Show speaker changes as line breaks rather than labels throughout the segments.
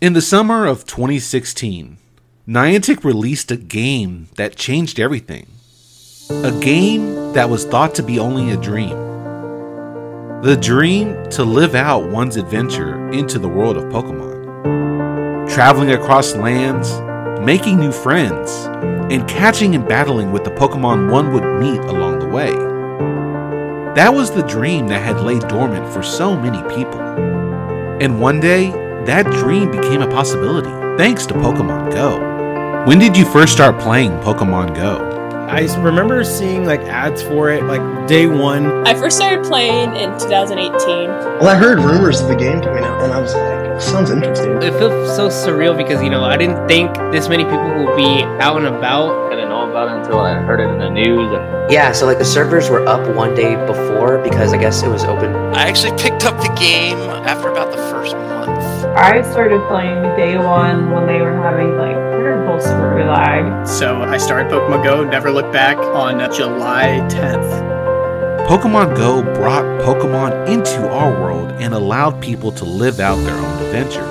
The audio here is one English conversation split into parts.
In the summer of 2016, Niantic released a game that changed everything. A game that was thought to be only a dream. The dream to live out one's adventure into the world of Pokemon. Traveling across lands, making new friends, and catching and battling with the Pokemon one would meet along the way. That was the dream that had laid dormant for so many people. And one day, that dream became a possibility thanks to Pokemon Go. When did you first start playing Pokemon Go?
I remember seeing like ads for it like day one.
I first started playing in 2018.
Well, I heard rumors of the game coming out, and I was like, sounds interesting.
It feels so surreal because you know I didn't think this many people would be out and about.
I didn't know about it until I heard it in the news.
Yeah, so like the servers were up one day before because I guess it was open.
I actually picked up the game after about the first month.
I started playing day one when they were having like terrible server lag.
So I started Pokemon Go, never looked back on July 10th.
Pokemon Go brought Pokemon into our world and allowed people to live out their own adventure.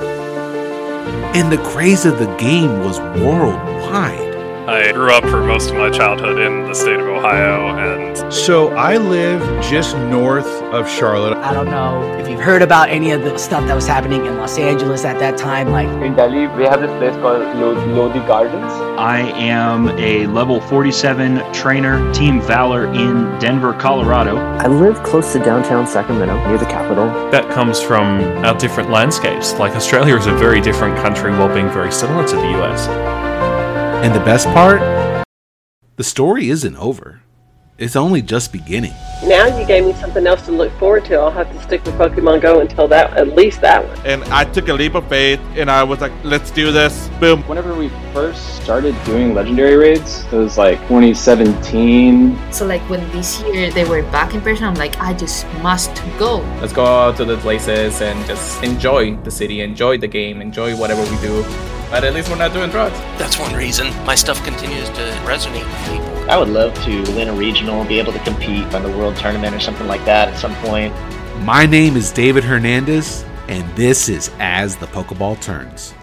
And the craze of the game was worldwide.
I grew up for most of my childhood in the state of Ohio and
So I live just north of Charlotte.
I don't know if you've heard about any of the stuff that was happening in Los Angeles at that time like
in Delhi we have this place called Lod- Lodi Gardens.
I am a level 47 trainer team Valor in Denver, Colorado.
I live close to downtown Sacramento near the capital.
That comes from our different landscapes. Like Australia is a very different country while being very similar to the US.
And the best part? The story isn't over. It's only just beginning.
Now you gave me something else to look forward to. I'll have to stick with Pokemon Go until that, at least that one.
And I took a leap of faith and I was like, let's do this. Boom.
Whenever we first started doing legendary raids, it was like 2017.
So, like, when this year they were back in person, I'm like, I just must go.
Let's go out to the places and just enjoy the city, enjoy the game, enjoy whatever we do but at least we're not doing drugs.
That's one reason my stuff continues to resonate with people.
I would love to win a regional, be able to compete on the world tournament or something like that at some point.
My name is David Hernandez, and this is As the Pokeball Turns.